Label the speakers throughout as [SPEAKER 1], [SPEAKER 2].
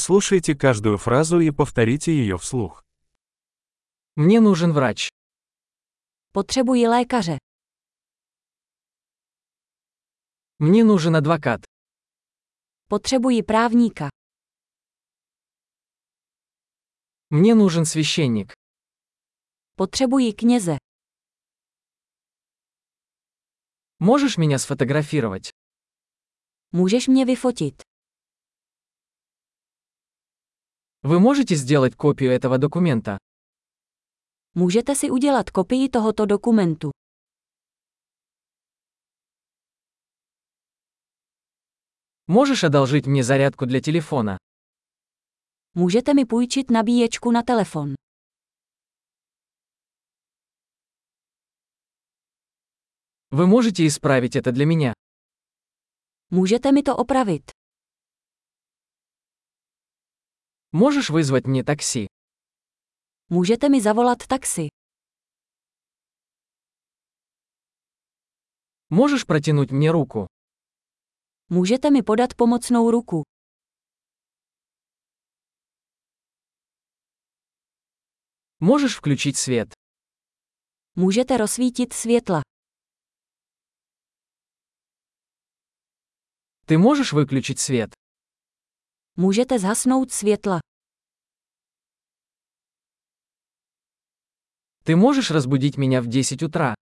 [SPEAKER 1] Прослушайте каждую фразу и повторите ее вслух.
[SPEAKER 2] Мне нужен врач.
[SPEAKER 3] Potřebuji lékaře.
[SPEAKER 2] Мне нужен адвокат.
[SPEAKER 3] Potřebuji právníka.
[SPEAKER 2] Мне нужен священник.
[SPEAKER 3] Potřebuji kněze.
[SPEAKER 2] Можешь меня сфотографировать?
[SPEAKER 3] Můžeš mě vyfotit.
[SPEAKER 2] Вы можете сделать копию этого документа?
[SPEAKER 3] Můžete si udělat kopii tohoto dokumentu.
[SPEAKER 2] Можешь одолжить мне зарядку для телефона?
[SPEAKER 3] Můžete mi půjčit nabíječku na telefon.
[SPEAKER 2] Вы можете исправить это для меня?
[SPEAKER 3] Můžete mi to opravit.
[SPEAKER 2] Можешь вызвать мне такси?
[SPEAKER 3] Můžete mi zavolat taxi.
[SPEAKER 2] Можешь протянуть мне руку?
[SPEAKER 3] Můžete mi podat pomocnou ruku.
[SPEAKER 2] Можешь включить свет?
[SPEAKER 3] Můžete rozsvítit světla.
[SPEAKER 2] Ты можешь выключить свет?
[SPEAKER 3] Můžete zhasnout světla.
[SPEAKER 2] Ты можешь разбудить меня в 10 утра?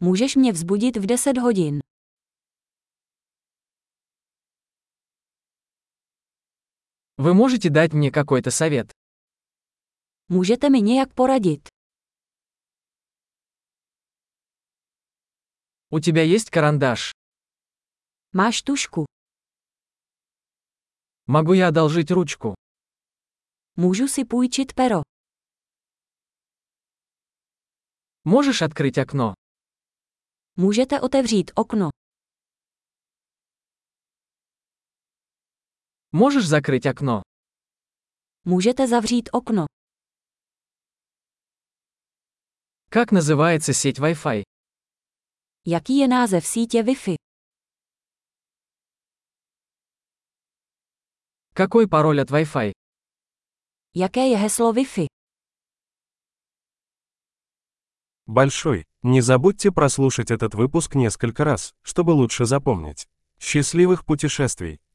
[SPEAKER 3] Můžeš mě vzbudit v 10 hodin.
[SPEAKER 2] Вы можете дать мне какой-то совет?
[SPEAKER 3] Můžete mi nějak poradit.
[SPEAKER 2] У тебя есть карандаш?
[SPEAKER 3] Máš tušku.
[SPEAKER 2] Могу я одолжить ручку?
[SPEAKER 3] Můžu si půjčit pero.
[SPEAKER 2] Можешь открыть окно?
[SPEAKER 3] Můžete otevřít okno.
[SPEAKER 2] Можешь закрыть окно?
[SPEAKER 3] Můžete zavřít okno.
[SPEAKER 2] Как называется сеть Wi-Fi?
[SPEAKER 3] Jaký je název sítě Wi-Fi?
[SPEAKER 2] Какой пароль от Wi-Fi?
[SPEAKER 3] Jaké je heslo Wi-Fi?
[SPEAKER 1] Большой. Не забудьте прослушать этот выпуск несколько раз, чтобы лучше запомнить. Счастливых путешествий!